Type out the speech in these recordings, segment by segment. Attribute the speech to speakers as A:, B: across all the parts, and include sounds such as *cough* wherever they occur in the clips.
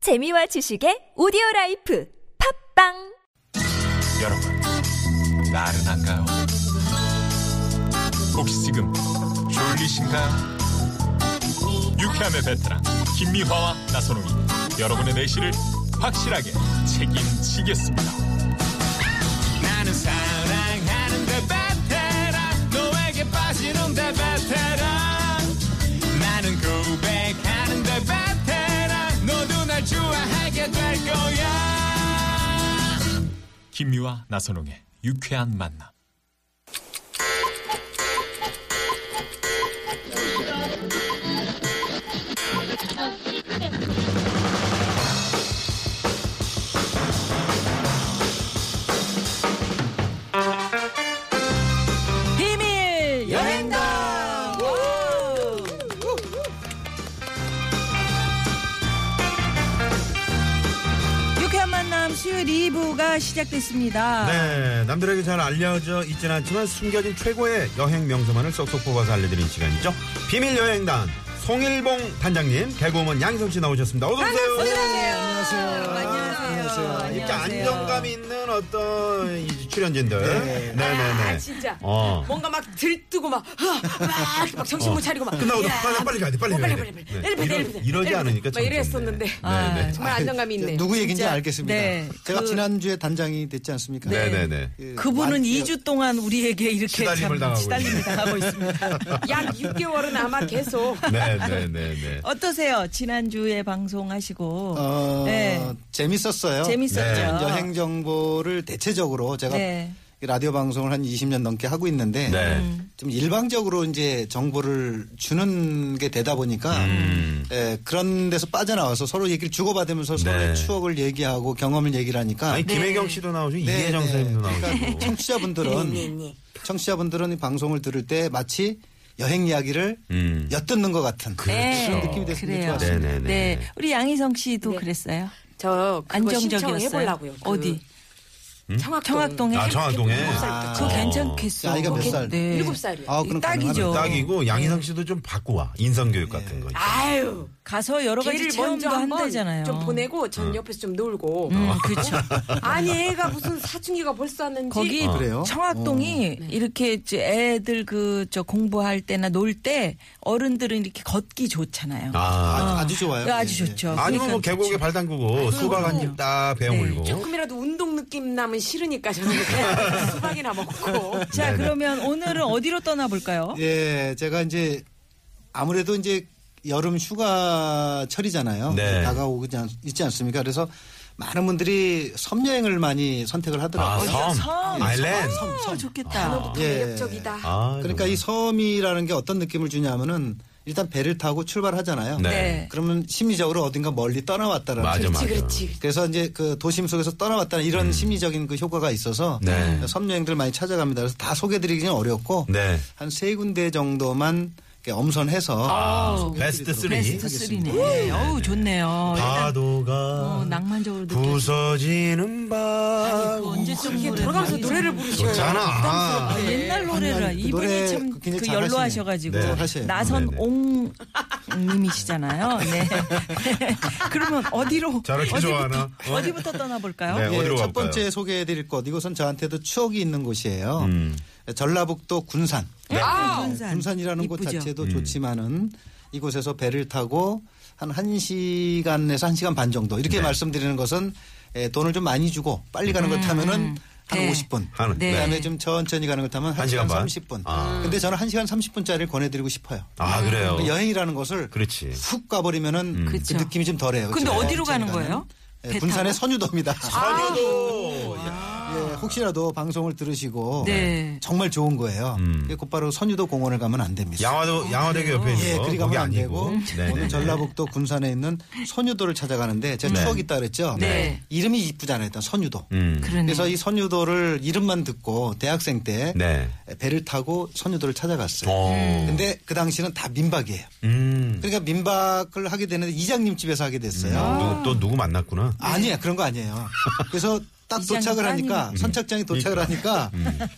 A: 재미와 지식의 오디오 라이프 팝빵
B: 여러분, 나른한가요? 혹시 지금 졸리신가요? 유쾌함의 베테랑 김미화와 나선홍이 여러분의 내실을 확실하게 책임지겠습니다. 나는 사랑하는데 베테랑 너에게 빠지는데 베테랑 나는 고백하는데 베테랑 너도 날 좋아하게 될 거야. 김유와 나선홍의 유쾌한 만남.
C: 비밀 여행단 유쾌한 만남 수요일 2부가 시작됐습니다.
D: 네, 남들에게 잘 알려져 있진 않지만 숨겨진 최고의 여행 명소만을 쏙쏙 뽑아서 알려드리는 시간이죠. 비밀 여행단 송일봉 단장님, 개그우먼 양희성 씨 나오셨습니다. 어서 오세요.
C: 안녕하세요. 안녕하세요.
D: 이렇게 안정감 있는 어떤 이 출연진들. 네, 네,
E: 아, 뭐,
D: 네.
E: 진짜.
D: 어.
E: 뭔가 막 들뜨고 막, 아, 막, 막 정신 못 차리고 막.
D: 끝나고 도
E: 야,
D: 빨리 빨리 가야 돼. 빨리
E: 어,
D: 가야 돼.
E: 빨리 빨리 빨리.
D: 네.
E: 내려, 내려, 내려.
D: 이러, 지
E: 내려.
D: 않으니까
E: 막
D: 참
E: 이랬었는데.
D: 좋네. 네, 네.
E: 정말 안정감이 있네.
F: 누구 얘기인지
C: 진짜.
F: 알겠습니다.
C: 네.
F: 제가
C: 그-
F: 지난주에 단장이 됐지 않습니까?
D: 네, 네, 네.
F: 그
C: 그분은
F: 완-
C: 2주 동안 우리에게 이렇게
D: 시달림을
C: 참
D: 당하고
C: 시달림을
D: 있네요.
C: 당하고
D: *laughs*
C: 있습니다.
E: 약 6개월은 아마 계속.
D: 네, 네, 네, 네.
C: 어떠세요? 지난주에 방송하시고
F: 어,
C: 네.
F: 재밌었어요.
C: 재밌었죠.
D: 네.
F: 여행 정보를 대체적으로 제가
C: 네.
F: 라디오 방송을 한 20년 넘게 하고 있는데
D: 네.
F: 좀 일방적으로 이제 정보를 주는 게 되다 보니까
D: 음.
F: 예, 그런 데서 빠져나와서 서로 얘기를 주고받으면서
D: 네.
F: 서로의 추억을 얘기하고 경험을 얘기를 하니까
D: 아니 김혜경 씨도 나오시고
F: 네,
D: 이혜정 선생님도 나오시고.
F: 그러니까 뭐 청취자분들은
C: 네,
F: 청취자분들은 이 방송을 들을 때 마치 여행 이야기를
D: 음. 그렇죠.
F: 엿듣는 것 같은 그런
C: 네.
F: 느낌이 됐으면
C: 그래요.
F: 좋았습니다.
D: 네, 네,
C: 네.
D: 네.
C: 우리 양희성 씨도
E: 네.
C: 그랬어요.
E: 저 그거 신청을
C: 안정적이었어요.
E: 해보려고요. 그
C: 어디?
E: 청학동.
C: 청학동에
D: 아, 청학동에.
E: 일곱 살 때.
C: 그거
D: 어.
C: 괜찮겠어.
F: 아이가 몇 살?
C: 네.
E: 일곱 살이요.
F: 아, 그럼
C: 딱이죠.
F: 가능하네요.
D: 딱이고 양희성 씨도 좀 바꿔 와. 인성 교육 같은 거.
E: 아유.
C: 가서 여러 가지
E: 걔를
C: 체험도
E: 먼저 한번
C: 한다잖아요.
E: 좀 보내고 전 옆에서 좀 놀고.
C: 음, 그렇죠.
E: 아니 애가 무슨 사춘기가 벌써 왔는지.
C: 거기
F: 그래요?
C: 청학동이
E: 네.
C: 이렇게 이제 애들 그 저 공부할 때나 놀 때 어른들은 이렇게 걷기 좋잖아요.
D: 아.
F: 아, 아주 좋아요.
C: 아주
F: 예, 예.
C: 좋죠.
D: 아니면 뭐
C: 그러니까 네,
D: 계곡에 발 담그고 수박 한 입 딱 베어 물고.
E: 조금이라도 운동 느낌 나면 싫으니까 저는
D: *laughs*
E: 그냥 수박이나
D: 아,
E: 먹고.
C: 자
D: 네네.
C: 그러면 오늘은 어디로 떠나볼까요?
F: 예, 제가 이제 아무래도 이제 여름 휴가철이잖아요.
D: 네.
F: 다가오고 있지 않- 있지 않습니까? 그래서 많은 분들이 섬 여행을 많이 선택을
D: 아,
F: 하더라고요.
D: 섬.
C: 어, 섬.
D: 아일랜드.
C: 어, 좋겠다.
F: 예.
E: 매력적이다.
D: 아,
F: 그러니까 이 섬이라는 게 어떤 느낌을 주냐면은 일단 배를 타고 출발하잖아요.
D: 네.
C: 네.
F: 그러면 심리적으로 어딘가 멀리 떠나왔다라는
D: 맞아, 맞아.
E: 그렇지, 그렇지.
F: 그래서 이제 그 도심 속에서 떠나왔다는 이런 심리적인 그 효과가 있어서
D: 네.
F: 섬 여행들 많이 찾아갑니다. 그래서 다 소개드리기는 어렵고
D: 네.
F: 한 세 군데 정도만 이렇게 엄선해서
D: 아, 베스트
C: 어, 베스트
D: 3.
C: 쓰리네. 어우
D: 아,
C: 좋네요.
D: 파도가
C: 어, 낭만적으로 느껴.
D: 부서지는 밤.
C: 언제쯤
E: 이게
C: 노래
E: 돌아가면서
C: 나오겠어요?
E: 노래를 부르셔요.
D: 좋잖아.
C: 아, 옛날 노래를
F: 아니, 아니, 그
C: 이분이
F: 노래
C: 참
F: 굉장히
C: 그
F: 잘하시네.
C: 연로하셔가지고
D: 네.
F: 하세요.
C: 나선옹님이시잖아요. *laughs* 네. 그러면 어디로
D: 저를
C: 어디부터,
D: 좋아하나? 어?
C: 어디부터 떠나볼까요?
D: 네.
F: 예,
D: 어디로
F: 첫
D: 갈까요?
F: 번째 소개해드릴 곳 이곳은 저한테도 추억이 있는 곳이에요.
D: 음.
F: 전라북도 군산.
D: 네.
C: 군산.
F: 이라는곳
C: 이쁘죠?
D: 음.
F: 자체도 좋지만은 이곳에서 배를 타고 한 1시간에서 1시간 반 정도 이렇게
D: 네.
F: 말씀드리는 것은 에, 돈을 좀 많이 주고 빨리 가는 걸 타면은 한
C: 음. 네.
F: 50분.
D: 하는, 네.
F: 그다음에 좀 천천히 가는 걸 타면
D: 한 시간
F: 1시간
D: 반?
F: 30분.
D: 아.
F: 근데 저는 1시간 30분짜리를 권해 드리고 싶어요.
D: 아, 그래요.
F: 그 여행이라는 것을
D: 그렇지. 음.
F: 훅 가버리면은 그
C: 그렇죠.
F: 느낌이 좀 덜해요.
C: 근데
F: 그렇죠?
C: 어디로 가는 네,
F: 천천히
C: 거예요?
F: 예,
C: 배
F: 군산의
C: 타고?
F: 선유도입니다.
D: 파도도.
F: 예, 혹시라도 방송을 들으시고
C: 아. 네.
F: 정말 좋은 거예요.
D: 음.
F: 이게 곧바로 선유도 공원을 가면 안 됩니다.
D: 양화도, 양화대교 옆에
F: 예,
D: 있는 거.
F: 그리
D: 거기
F: 가면 안 되고
D: 아니고. 네, 네,
F: 오늘
D: 네.
F: 전라북도 군산에 있는 선유도를 찾아가는데 제가
D: 네.
F: 추억이 있다 그랬죠.
C: 네.
F: 이름이 이쁘잖아요. 일단 선유도.
D: 음.
C: 그러네.
F: 그래서 이 선유도를 이름만 듣고 대학생 때
D: 네.
F: 배를 타고 선유도를 찾아갔어요.
D: 어.
F: 근데 그 당시는 다 민박이에요.
D: 음.
F: 그러니까 민박을 하게 되는데 이장님 집에서 하게
D: 누-
F: 됐어요.
D: 또 누구 만났구나.
F: 아니에요. 그런 거 아니에요. 그래서 딱
C: 네. 이장님 음.
F: 도착을 하니까 선착장이 도착을 하니까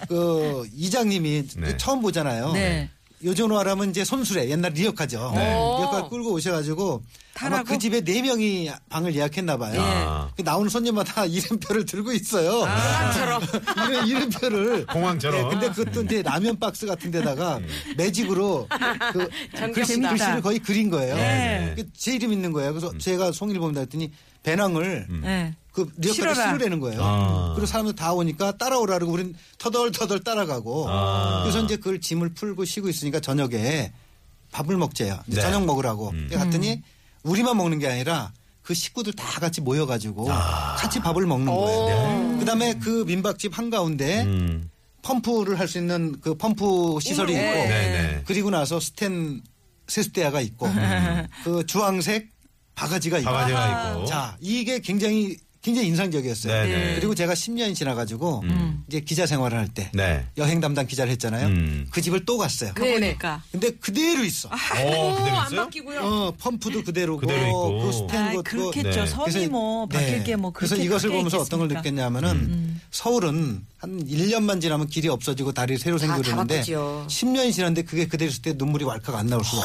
F: 그 이장님이
D: 음. 네.
F: 처음 보잖아요.
C: 네.
F: 요전화라면 이제 손수레 옛날 리어카죠.
D: 네.
F: 네. 리어카 끌고 오셔가지고 아마
C: 타라고?
F: 그 집에 네 명이 방을 예약했나 봐요.
D: 아.
F: 그 나오는 손님마다 *laughs* 이름표를 들고 있어요.
C: 아,
E: 사람처럼.
F: *laughs* 이름, 이름표를.
D: 공항처럼. 음.
F: 예, 근데 그것도 이제 라면 박스 같은 데다가 매직으로 그
E: 정겹다.
F: 글씨, 글씨를 거의 그린 거예요.
D: 네. 음.
F: 그제 이름 있는 거예요. 그래서 제가 송일범이다 했더니 배낭을
C: 네.
F: 그 리어카를
C: 실어라.
F: 실으라는 거예요.
D: 아.
F: 그리고 사람들 다 오니까 따라오라 그러고 우린 터덜터덜 따라가고
D: 아.
F: 그래서 이제 그걸 짐을 풀고 쉬고 있으니까 저녁에 밥을 먹재요. 이제
D: 네.
F: 저녁 먹으라고. 근데 갔더니 우리만 먹는 게 아니라 그 식구들 다 같이 모여가지고
D: 아.
F: 같이 밥을 먹는 거예요. 그다음에 그 민박집 한 가운데
D: 네. 음.
F: 펌프를 할 수 있는 그 펌프 시설이 있고
D: 네네.
F: 그리고 나서 스텐 세숫대야가 있고 그 주황색 바가지가
D: 음.
F: 있고
C: 아,
D: 바가지가 있고.
F: 자, 이게 굉장히 굉장히 인상적이었어요.
D: 네네. 음.
F: 그리고 제가 10년이 지나가지고 이제 기자 생활을 할 때
D: 네.
F: 여행 담당 기자를 했잖아요.
D: 음.
F: 그 집을 또 갔어요.
C: 그러니까.
F: 근데 그대로 있어.
D: 오,
E: 오,
D: 그대로
E: 안
D: 있어요?
E: 바뀌고요.
F: 어, 펌프도 그대로고
D: 그대로 있고.
F: 그 스탠
C: 아,
F: 것도
C: 그렇겠죠.
D: 네.
C: 선이 뭐
F: 네.
C: 바뀔 게 뭐 그렇게
F: 그래서 이것을
C: 크게
F: 보면서 어떤 걸
C: 있겠습니까? 음.
F: 느꼈냐면은 서울은 한 1년만 지나면 길이 없어지고 다리 새로
E: 다
F: 생기고 그러는데
E: 바뀌죠.
F: 10년이 지났는데 그게 그대로 있을 때 눈물이 왈칵 안 나올 수가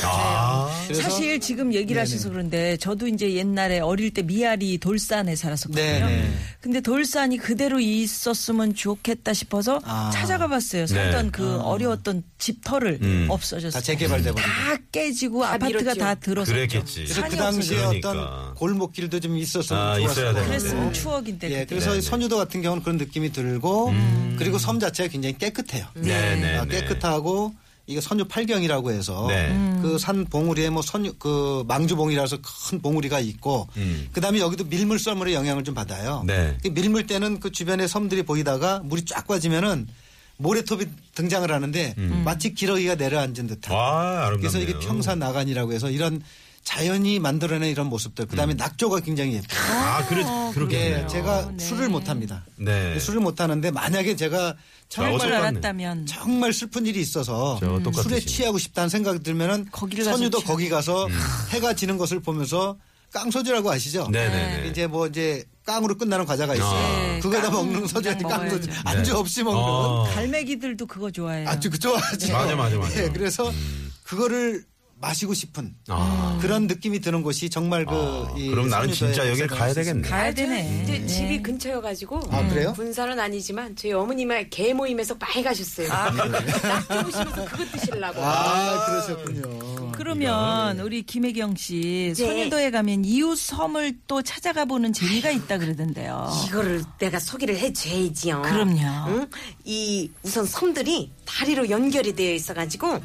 F: 없어요. 그래서
C: 사실 지금 얘기를 하셔서 그런데 저도 이제 옛날에 어릴 때 미아리 돌산에 살았었거든요.
F: 네네.
C: 근데 돌산이 그대로 있었으면 좋겠다 싶어서
F: 아. 네.
C: 찾아가 봤어요. 살던 그 어려웠던 집터를 없어졌어요.
F: 음. 다 재개발돼버린
C: 다 깨지고 아파트가
E: 밀었죠.
C: 다 들어서
D: 그랬겠지.
F: 그래서 그
C: 산이
F: 당시에
C: 없어져요.
F: 어떤
D: 그러니까.
F: 골목길도 좀 있었으면
D: 아,
F: 좋았을
D: 있어야
F: 것 같아요.
D: 되는데.
C: 그랬으면
D: 네.
C: 추억인데.
F: 예,
C: 그게.
F: 그래서
D: 네, 네.
F: 선유도 같은 경우는 그런 느낌이 들고 그리고 섬 자체가 굉장히 깨끗해요.
D: 음. 네, 네,
F: 아,
D: 네.
F: 깨끗하고 이게 선유 팔경이라고 해서
D: 네. 음.
F: 그 산 봉우리에 뭐 선유 그 망주봉이라서 큰 봉우리가 있고
D: 음.
F: 그다음에 여기도 밀물썰물의 영향을 좀 받아요.
D: 네.
F: 이 밀물 때는 그 주변에 섬들이 보이다가 물이 쫙 빠지면은 모래톱이 등장을 하는데
D: 음.
C: 음.
F: 마치 기러기가 내려앉은 듯한.
D: 아, 아름답네요.
F: 그래서 이게 평산 나간이라고 해서 이런 자연이 만들어낸 이런 모습들. 그다음에 낙조가 굉장히 예뻐요.
D: 아, 그래,
F: 예,
D: 그렇겠네요.
F: 제가 술을 못 합니다.
D: 네.
F: 술을 못 하는데 만약에 제가
D: 아,
C: 할
F: 정말
C: 줄
D: 어쩔 것 같네.
C: 알았다면
F: 정말 슬픈 일이 있어서
D: 저 똑같으시.
F: 술에 취하고 싶다는 생각이 들면은
C: 음. 거기를 가서
F: 선유도
C: 취하-
F: 거기 가서
D: 음.
F: 해가 지는 것을 보면서 깡소주라고 아시죠?
D: 네네네.
F: 이제 뭐 이제 깡으로 끝나는 과자가 있어요.
D: 네,
F: 그거다
C: 깡
F: 먹는 소주한테
C: 그냥
F: 깡소주.
C: 먹어야죠.
F: 안주 없이 먹는
D: 어.
C: 갈매기들도 그거 좋아해요.
F: 아주 그 좋아하죠.
D: 맞아, 맞아, 맞아. 음.
F: 예, 그래서 그거를 마시고 싶은
D: 아.
F: 그런 느낌이 드는 곳이 정말 그.
D: 아,
F: 이
D: 그럼 나는
F: 선유도에
D: 진짜 여길 가야
F: 발생할 수
D: 되겠네.
F: 있습니다.
C: 가야
E: 저는
C: 되네.
E: 이제
C: 네.
E: 집이 근처여가지고 음,
F: 아, 그래요?
E: 군산은 아니지만 저희 어머님의 개 모임에서 많이 가셨어요. 낙지 오시면서 그거 드시려고.
F: 아, 그러셨군요.
C: 그러면
F: 네.
C: 우리 김혜경
E: 네.
C: 씨 선유도에 가면 이웃 섬을 또 찾아가 보는 재미가 있다 그러던데요.
E: 이거를 내가 소개를 해줘야지요.
C: 어. 그럼요.
E: 응? 이 우선 섬들이 다리로 연결이 되어 있어가지고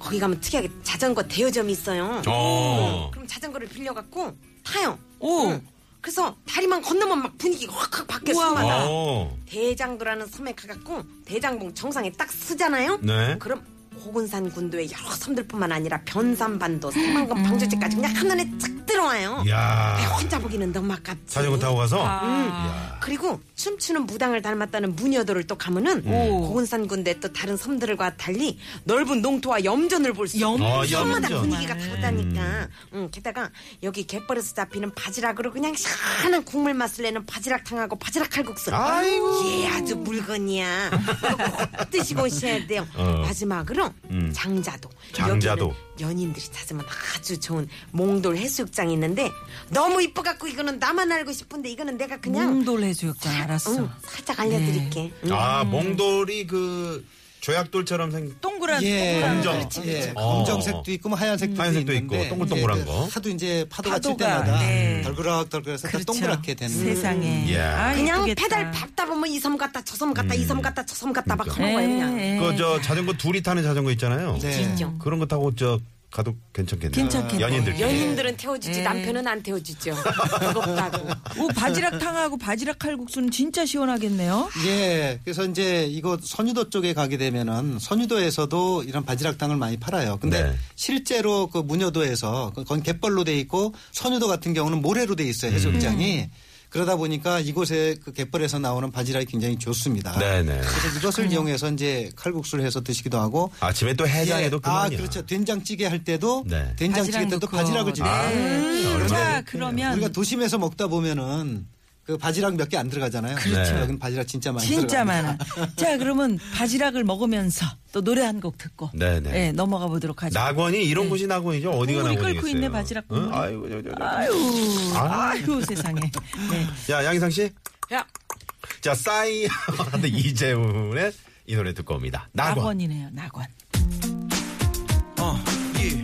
E: 거기 가면 특이하게 자전거 대여점이 있어요.
D: 어.
E: 그럼 자전거를 빌려갖고 타요.
C: 오.
E: 응. 그래서 다리만 건너면 막 분위기가 확확 바뀌어
C: 우와.
E: 섬마다.
D: 어.
E: 대장도라는 섬에 가갖고 대장봉 정상에 딱 쓰잖아요.
D: 네.
E: 그럼 고군산 군도의 여러 섬들뿐만 아니라 변산반도, 삼만강 방조제까지 그냥 한눈에 쫙 들어와요. 아,
F: 네,
D: 야.
E: 혼자 보기는 너무 아깝지.
D: 자전거 타고 가서
E: 그리고 춤추는 무당을 닮았다는 무녀들을 또 가면은
D: 음.
C: 오.
E: 고군산 군대 또 다른 섬들과 달리 넓은 농토와 염전을 볼 수 있어.
C: 염-
D: 아,
E: 섬마다
D: 염전.
E: 분위기가 다르다니까. 응, 게다가 여기 갯벌에서 잡히는 바지락으로 그냥 시원한 국물 맛을 내는 바지락탕하고 바지락 칼국수.
D: 아이고.
E: 예, 아주 물건이야. 이거 꼭 드시고 오셔야 돼요.
D: 어.
E: 마지막으로
D: 음.
E: 장자도.
D: 장자도.
E: 여기는 연인들이 찾으면 아주 좋은 몽돌 해수욕장이 있는데 너무 이뻐갖고 이거는 나만 알고 싶은데 이거는 내가 그냥
C: 몽돌 해수욕장 알았어. 네.
E: 응, 살짝 알려드릴게. 응.
D: 아,
F: 음.
D: 몽돌이 그 조약돌처럼 생
C: 동그란
F: 예,
C: 동그란
D: 검정.
C: 그렇지, 그렇지.
F: 예,
D: 어.
F: 검정색도 있고 뭐 하얀색도,
D: 하얀색도 있고
F: 있는데
D: 동글동글한
F: 이게
D: 거.
F: 하도 이제 파도가, 칠
C: 파도가,
F: 때마다
C: 네.
F: 덜그락덜그락해서 다
C: 그렇죠.
F: 동그랗게 되는
C: 세상에.
D: 예.
C: 아,
E: 그냥
C: 이쁘겠다. 네.
E: 페달 밟다 보면 이 섬 갔다 저 섬 갔다 이 섬 갔다 저 섬 갔다 막 하는 거예요 그냥.
C: 예, 예.
D: 그 저 자전거 둘이 타는 자전거 있잖아요.
F: 네.
D: 그런 거 타고 저 가도 괜찮겠네요.
C: 괜찮겠네요.
D: 연인들끼리.
E: 연인들은 태워주지
C: 네.
E: 남편은 안 태워주죠.
C: *laughs*
E: 무겁다고.
C: 오, 바지락탕하고 바지락 칼국수는 진짜 시원하겠네요.
F: 예, 그래서 이제 이거 선유도 쪽에 가게 되면은 선유도에서도 이런 바지락탕을 많이 팔아요. 근데
D: 네.
F: 실제로 그 문여도에서 그건 갯벌로 돼 있고 선유도 같은 경우는 모래로 돼 있어요 해수욕장이. 그러다 보니까 이곳에 그 갯벌에서 나오는 바지락이 굉장히 좋습니다.
D: 네네.
F: 그래서 이것을 이용해서 이제 칼국수를 해서 드시기도 하고
D: 아침에 또 해장에도
F: 예.
D: 그만이야.
F: 아, 그렇죠. 된장찌개 할 때도
D: 네.
F: 된장찌개
C: 바지락
F: 때도
C: 넣고. 네.
F: 바지락을 집어.
D: 아,
F: 요
D: 얼마나
C: 자,
D: 좋겠네요.
C: 그러면
F: 우리가 도심에서 먹다 보면은 그 그 바지락 몇 개 안 들어가잖아요. 네.
D: 그렇죠.
F: 여기는 바지락 진짜 많이
C: 진짜
F: 들어갑니다.
C: 많아. 자, 그러면 바지락을 먹으면서 또 노래 한 곡 듣고
D: 네네.
C: 예, 넘어가 보도록 하죠.
D: 낙원이 이런
F: 네.
D: 곳이 낙원이죠. 어디가
C: 국물이
D: 낙원이겠어요.
C: 끓고 있네, 바지락
D: 응?
C: 국물이.
D: 아이고, 저, 저, 저.
C: 아유, 아유 세상에. 네.
D: 야 양희상 씨.
E: 야,
D: 자 싸이 *laughs* 한데 이재훈의 이 노래 듣고 옵니다. 낙원.
C: 낙원이네요, 낙원.
G: Uh, yeah.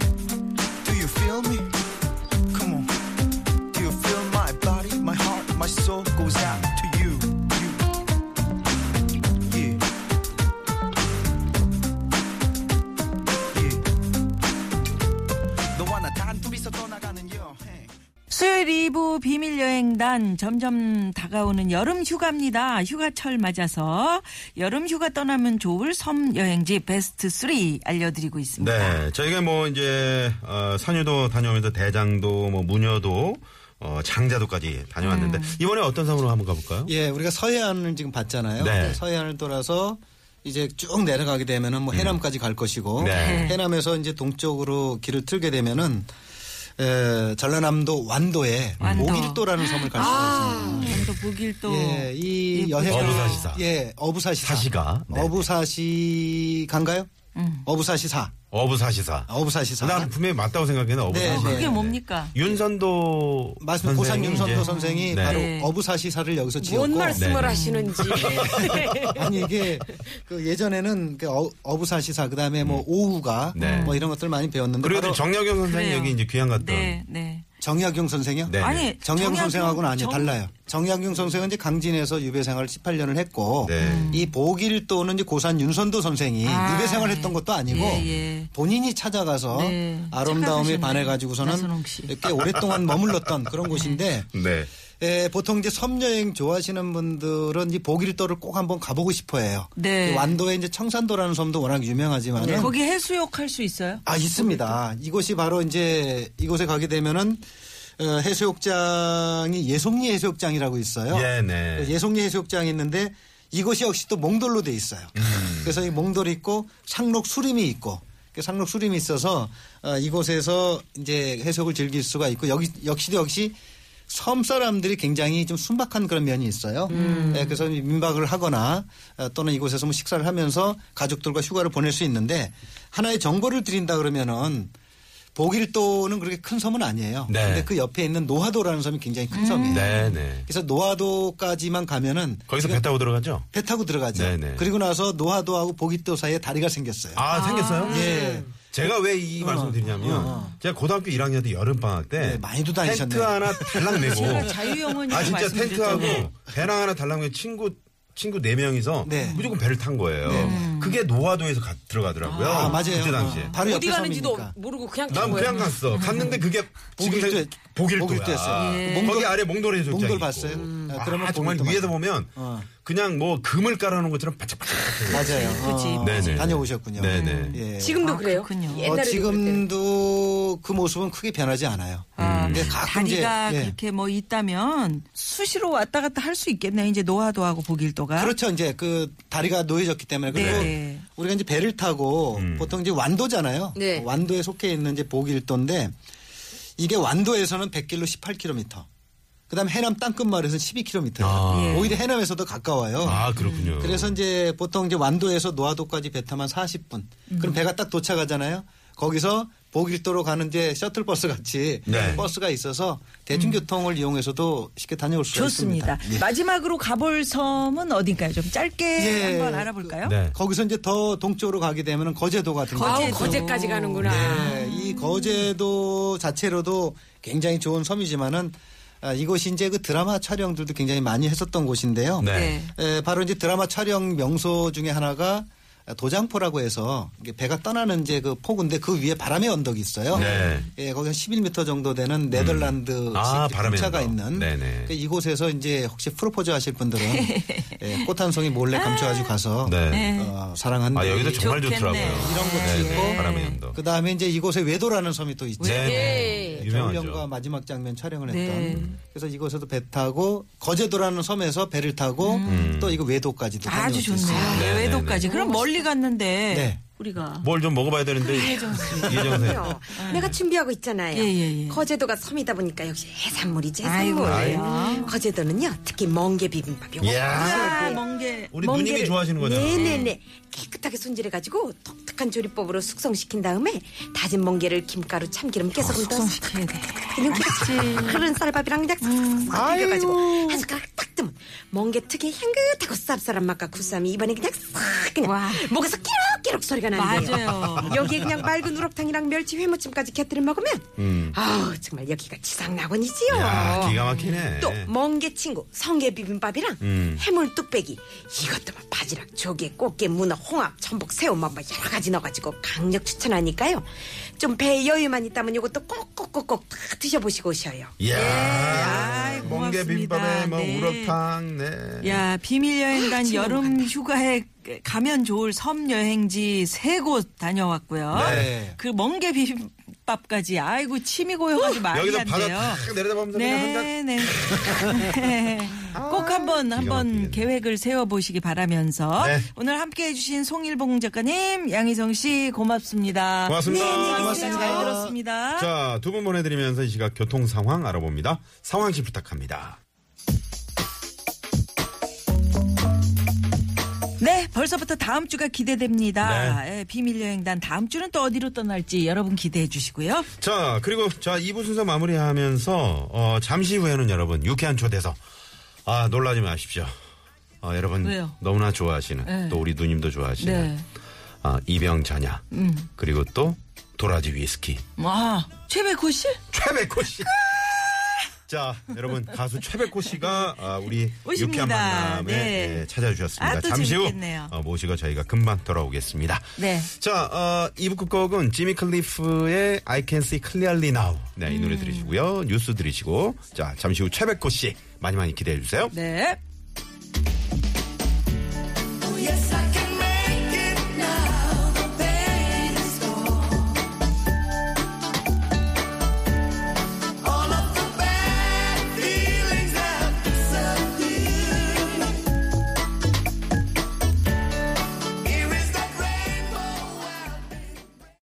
G: Do you feel me? Come on. Do you feel my body, my heart, my soul goes out to you? You. Yeah. Yeah. 너와 나 단둘이서 떠나가는 여
C: 수요일 2부 비밀여행단 점점 다가오는 여름 휴가입니다. 휴가철 맞아서 여름 휴가 떠나면 좋을 섬 여행지 베스트 3 알려드리고 있습니다.
D: 네, 저희가 뭐 이제 어, 선유도 다녀오면서 대장도, 뭐 무녀도, 어, 장자도까지 다녀왔는데 이번에 어떤 섬으로 한번 가볼까요?
F: 음. 예, 우리가 서해안을 지금 봤잖아요.
D: 네.
F: 근데 서해안을 돌아서 이제 쭉 내려가게 되면은 뭐 해남까지 갈 것이고
D: 음. 네.
F: 해남에서 이제 동쪽으로 길을 틀게 되면은 에, 전라남도 완도에
C: 완도. 아.
F: 오길도라는 섬을 갈 수가 있습니다.
C: 또 보길 또
E: 어,
F: 예, 이
E: 뭐
F: 여행
D: 어부사시사.
F: 예, 어부사시사.
D: 사시가. 네.
F: 어부사시 간가요?
E: 음.
F: 어부사시사.
D: 어부사시사.
F: 아, 어부사시사.
D: 난 분명히 맞다고 생각했는데 어부사시사.
F: 네, 네.
C: 그게 뭡니까?
D: 윤선도
F: 말씀 고상
D: 선생이
F: 윤선도
D: 이제-
F: 선생이
D: 네.
F: 바로
C: 네.
F: 어부사시사를 여기서 지었고
E: 뭔 말씀을
D: 네.
C: *laughs*
E: 하시는지.
F: 아니 이게 그 예전에는 그 어, 부사시사 그다음에 뭐 오후가
D: 네.
F: 뭐 이런 것들 많이 배웠는데
D: 그리고
F: 바로
D: 정약용 선생이
C: 그래요.
D: 여기 이제 귀향 갔던
C: 네, 네.
F: 정약용 선생이요.
D: 네.
C: 아니
F: 정약용
C: 정약용
F: 선생하고는 아니요
C: 정-
F: 달라요. 정약용 선생은 이제 강진에서 유배 생활 18년을 했고
D: 네. 음.
F: 이 보길도는 이제 고산 윤선도 선생이
C: 아,
F: 유배 생활을
C: 네.
F: 했던 것도 아니고
C: 예, 예.
F: 본인이 찾아가서
C: 네.
F: 아름다움에
C: 착각하셨네요.
F: 반해 가지고서는
C: 나선홍 씨.
F: 꽤
C: *laughs*
F: 오랫동안 머물렀던 그런 곳인데
D: 네.
F: 예, 보통 이제 섬 여행 좋아하시는 분들은 이 보길도를 꼭 한번 가보고 싶어해요.
C: 네.
F: 이 완도에 이제 청산도라는 섬도 워낙 유명하지만 은
C: 거기 해수욕 할 수 있어요?
F: 아 있습니다. 이곳이 바로 이제 이곳에 가게 되면은 어, 해수욕장이 예송리 해수욕장이라고 있어요.
D: 예, 네.
F: 예송리 해수욕장이 있는데 이곳이 역시 또 몽돌로 돼 있어요.
D: 음.
F: 그래서 이 몽돌이 있고 상록 수림이 있고 그 상록 수림이 있어서 어, 이곳에서 이제 해수욕을 즐길 수가 있고 여기 역시도 역시 섬 사람들이 굉장히 좀 순박한 그런 면이 있어요. 예, 그래서 이 민박을 하거나 어, 또는 이곳에서 뭐 식사를 하면서 가족들과 휴가를 보낼 수 있는데 하나의 정보를 드린다 그러면은 보길도는 그렇게 큰 섬은 아니에요.
D: 네.
F: 근데 그 옆에 있는 노하도라는 섬이 굉장히 큰 섬이에요.
D: 네, 네.
F: 그래서 노하도까지만 가면은
D: 거기서 배
F: 지금
D: 타고 들어가죠?
F: 배 타고 들어가죠.
D: 네네.
F: 그리고 나서 노하도하고 보기도 사이에 다리가 생겼어요.
D: 아, 생겼어요?
F: 예. 어,
D: 제가 왜 이 말씀을 드리냐면 제가 고등학교 1학년 때 여름 방학 때
F: 네, 많이도 다니셨네요.
D: 텐트 하나
F: *laughs*
D: 달랑 내고
C: 제가 자유형은
D: 아
C: 이거
D: 진짜
C: 말씀드렸잖아요.
D: 텐트하고 배낭 하나 달랑 내고 친구 친구 네 명이서
F: 네.
D: 무조건 배를 탄 거예요. 그게 노화도에서 가- 들어가더라고요.
F: 아, 맞아요.
D: 그때 당시에.
F: 어, 바로
E: 어디
F: 옆에
E: 가는지도
F: 섬이니까.
E: 모르고 그냥
D: 난
E: 간 거예요.
D: 그냥 갔어. 갔는데 그게
F: 보길도-
D: 지금 보길도야.
F: 보길도였어요. 예.
D: 거기
F: 몽돌-
D: 아래 몽돌 해수욕장
F: 몽돌
D: 있고.
F: 봤어요? 음. 아, 그러면
D: 아, 정말
F: 보길도
D: 위에서
F: 봤어요.
D: 보면
F: 어.
D: 그냥 뭐 금을 깔아놓은 것처럼 바짝바짝.
F: 맞아요.
C: 그치,
F: 어,
D: 그치. 네네.
F: 다녀오셨군요.
D: 네네.
F: 예.
E: 지금도
C: 아,
E: 그래요?
C: 그렇군요. 어,
F: 어,
E: 옛날에
F: 지금도 그 모습은 크게 변하지 않아요. 근데 네, 가끔 이제
C: 네. 다리가
F: 예.
C: 그렇게 뭐 있다면 수시로 왔다 갔다 할 수 있겠네. 이제 노하도하고 보길도가.
F: 그렇죠. 이제 그 다리가 노여졌기 때문에 그리고
C: 아? 네.
F: 우리가 이제 배를 타고
D: 음.
F: 보통 이제 완도잖아요. 그
E: 네.
F: 완도에 속해 있는 이제 보길도인데 이게 완도에서는 100길로 18km. 그다음 에 해남 땅끝마을에서는 12km.
D: 아.
C: 예.
F: 오히려 해남에서 더 가까워요.
D: 아 그렇군요.
F: 어. 그래서 이제 보통 이제 완도에서 노하도까지 배 타면 40분.
C: 음.
F: 그럼 배가 딱 도착하잖아요. 거기서 보길도로 가는 이제 셔틀버스 같이
D: 네.
F: 버스가 있어서 대중교통을 이용해서도 쉽게 다녀올 수가
C: 좋습니다.
F: 있습니다. 예.
C: 마지막으로 가볼 섬은 어딘가요? 좀 짧게
F: 예.
C: 한번 알아볼까요?
D: 네.
F: 거기서 이제 더 동쪽으로 가게 되면 거제도 같은
E: 아우
F: 거.
E: 거제까지 가는구나.
F: 네, 이 거제도 자체로도 굉장히 좋은 섬이지만은 아, 이곳이 이제 그 드라마 촬영들도 굉장히 많이 했었던 곳인데요.
D: 네.
F: 에, 바로 이제 드라마 촬영 명소 중에 하나가 도장포라고 해서 이게 배가 떠나는 이제 그 포구인데 그 위에 바람의 언덕이 있어요.
D: 네. 음.
F: 예, 거기 한 11m 정도 되는 네덜란드
D: 아, 바람의
F: 차가
D: 언덕.
F: 있는
D: 네네.
F: 그 이곳에서 이제 혹시 프로포즈 하실 분들은 예, 꽃한 송이 몰래 감춰가지고 가서
D: 네.
F: 어, 사랑한다.
D: 아 여기도 정말
C: 좋겠네.
D: 좋더라고요.
C: 이런
F: 것도 있고.
D: 바람의 연도.
F: 그 다음에 이제 이곳에 외도라는 섬이 또 있죠.
D: 네.
F: 경령과
D: 유명하죠.
F: 마지막 장면 촬영을
C: 네.
F: 했던. 그래서 이곳에도 배 타고 거제도라는 섬에서 배를 타고 또 이거
C: 음.
F: 외도까지도
C: 아주
F: 다녀올
C: 좋네요.
F: 수 있어요.
D: 네,
C: 외도까지.
D: 네,
C: 그럼 멀리 갔는데
F: 네.
C: 우리가.
D: 뭘 좀 먹어봐야 되는데. 예정세.
E: 그럼요. 내가 준비하고 있잖아요.
C: 네. 예, 예, 예.
E: 거제도가 섬이다 보니까 역시 해산물이지
C: 아이고,
E: 해산물.
C: 아이고.
E: 거제도는요 특히 멍게 비빔밥이
D: 이야.
C: 아, 멍게.
D: 우리 누님이 좋아하시는 거잖아.
E: 네네네. 깨끗하게 손질해가지고 독특한 조리법으로 숙성시킨 다음에 다진 멍게를 김가루, 참기름, 깨소금 넣어서
C: 숙성시켜야 돼.
E: 이렇게 흐른 쌀밥이랑 그냥 싹싹 비벼가지고 한 숟가락 딱 뜨면 멍게 특유의 향긋하고 쌉쌀한 맛과 구쌈이 입안에 그냥 싹 그냥
C: 와.
E: 목에서 끼럭끼럭 소리가 나는데요.
C: 맞아요.
E: *laughs* 여기에 그냥 맑은 우럭탕이랑 멸치 회무침까지 곁들여 먹으면 아우 정말 여기가 지상낙원이지요.
C: 아.
D: 야, 기가 막히네.
E: 또
C: 뭐-
E: 멍게 친구 성게 비빔밥이랑
D: 음.
E: 해물 뚝배기 이것도 막 바지락 조개 꽃게 문어 홍합 전복 새우 막 여러 가지 넣어가지고 강력 추천하니까요 좀 배에 여유만 있다면 이것도 꼭꼭꼭꼭 다 드셔보시고 오셔요
C: 예,
D: 이야.
C: 아이,
D: 멍게
C: 고맙습니다.
D: 빈밥에 뭐
C: 네. 예,
D: 우럭탕. 네. 아,
C: 야, 비밀여행단 여름 휴가에 가면 좋을 섬 여행지 세 곳 다녀왔고요.
F: 네.
C: 그 멍게 비빔밥까지 아이고 침이 고여가지고 말이
D: 여기서
C: 안
D: 바다
C: 돼요.
D: 탁 내려다보면서 그냥 한
C: 네, 네. 네. 꼭 한번 한번
D: 막히겠네.
C: 계획을 세워 보시기 바라면서
D: 네.
C: 오늘 함께 해 주신 송일봉 작가님, 양희성 씨 고맙습니다.
D: 고맙습니다.
C: 고맙습니다. 잘 들었습니다.
D: 자, 두 분 보내드리면서 이 시각 교통 상황 알아봅니다. 상황실 부탁합니다.
C: 네, 벌써부터 다음 주가 기대됩니다. 예, 비밀 여행단 다음 주는 또 어디로 떠날지 여러분 기대해 주시고요.
D: 자, 그리고 자, 2부 순서 마무리하면서, 어, 잠시 후에는 여러분, 유쾌한 초대서, 아, 놀라지 마십시오. 어, 여러분,
C: 왜요?
D: 너무나 좋아하시는,
C: 네.
D: 또 우리 누님도 좋아하시는,
C: 네. 음.
D: 아, 이병자냐, 그리고 또 도라지 위스키,
C: 와, 아, 최백호 씨?
D: 최백호 씨. 자, 여러분, 가수 최백호 씨가 아, 우리
C: 오십니다.
D: 유쾌한 만남에
C: 네.
D: 네, 찾아주셨습니다.
C: 아, 또
D: 잠시 후
C: 재밌겠네요.
D: 어, 모시고 저희가 금방 돌아오겠습니다.
C: 네.
D: 자, 어, 2부 끝곡은 지미 클리프의 I Can See Clearly Now. 네, 이
C: 음.
D: 노래 들으시고요. 뉴스 들으시고. 자, 잠시 후 최백호 씨 많이 많이 기대해 주세요.
C: 네.
H: Yes,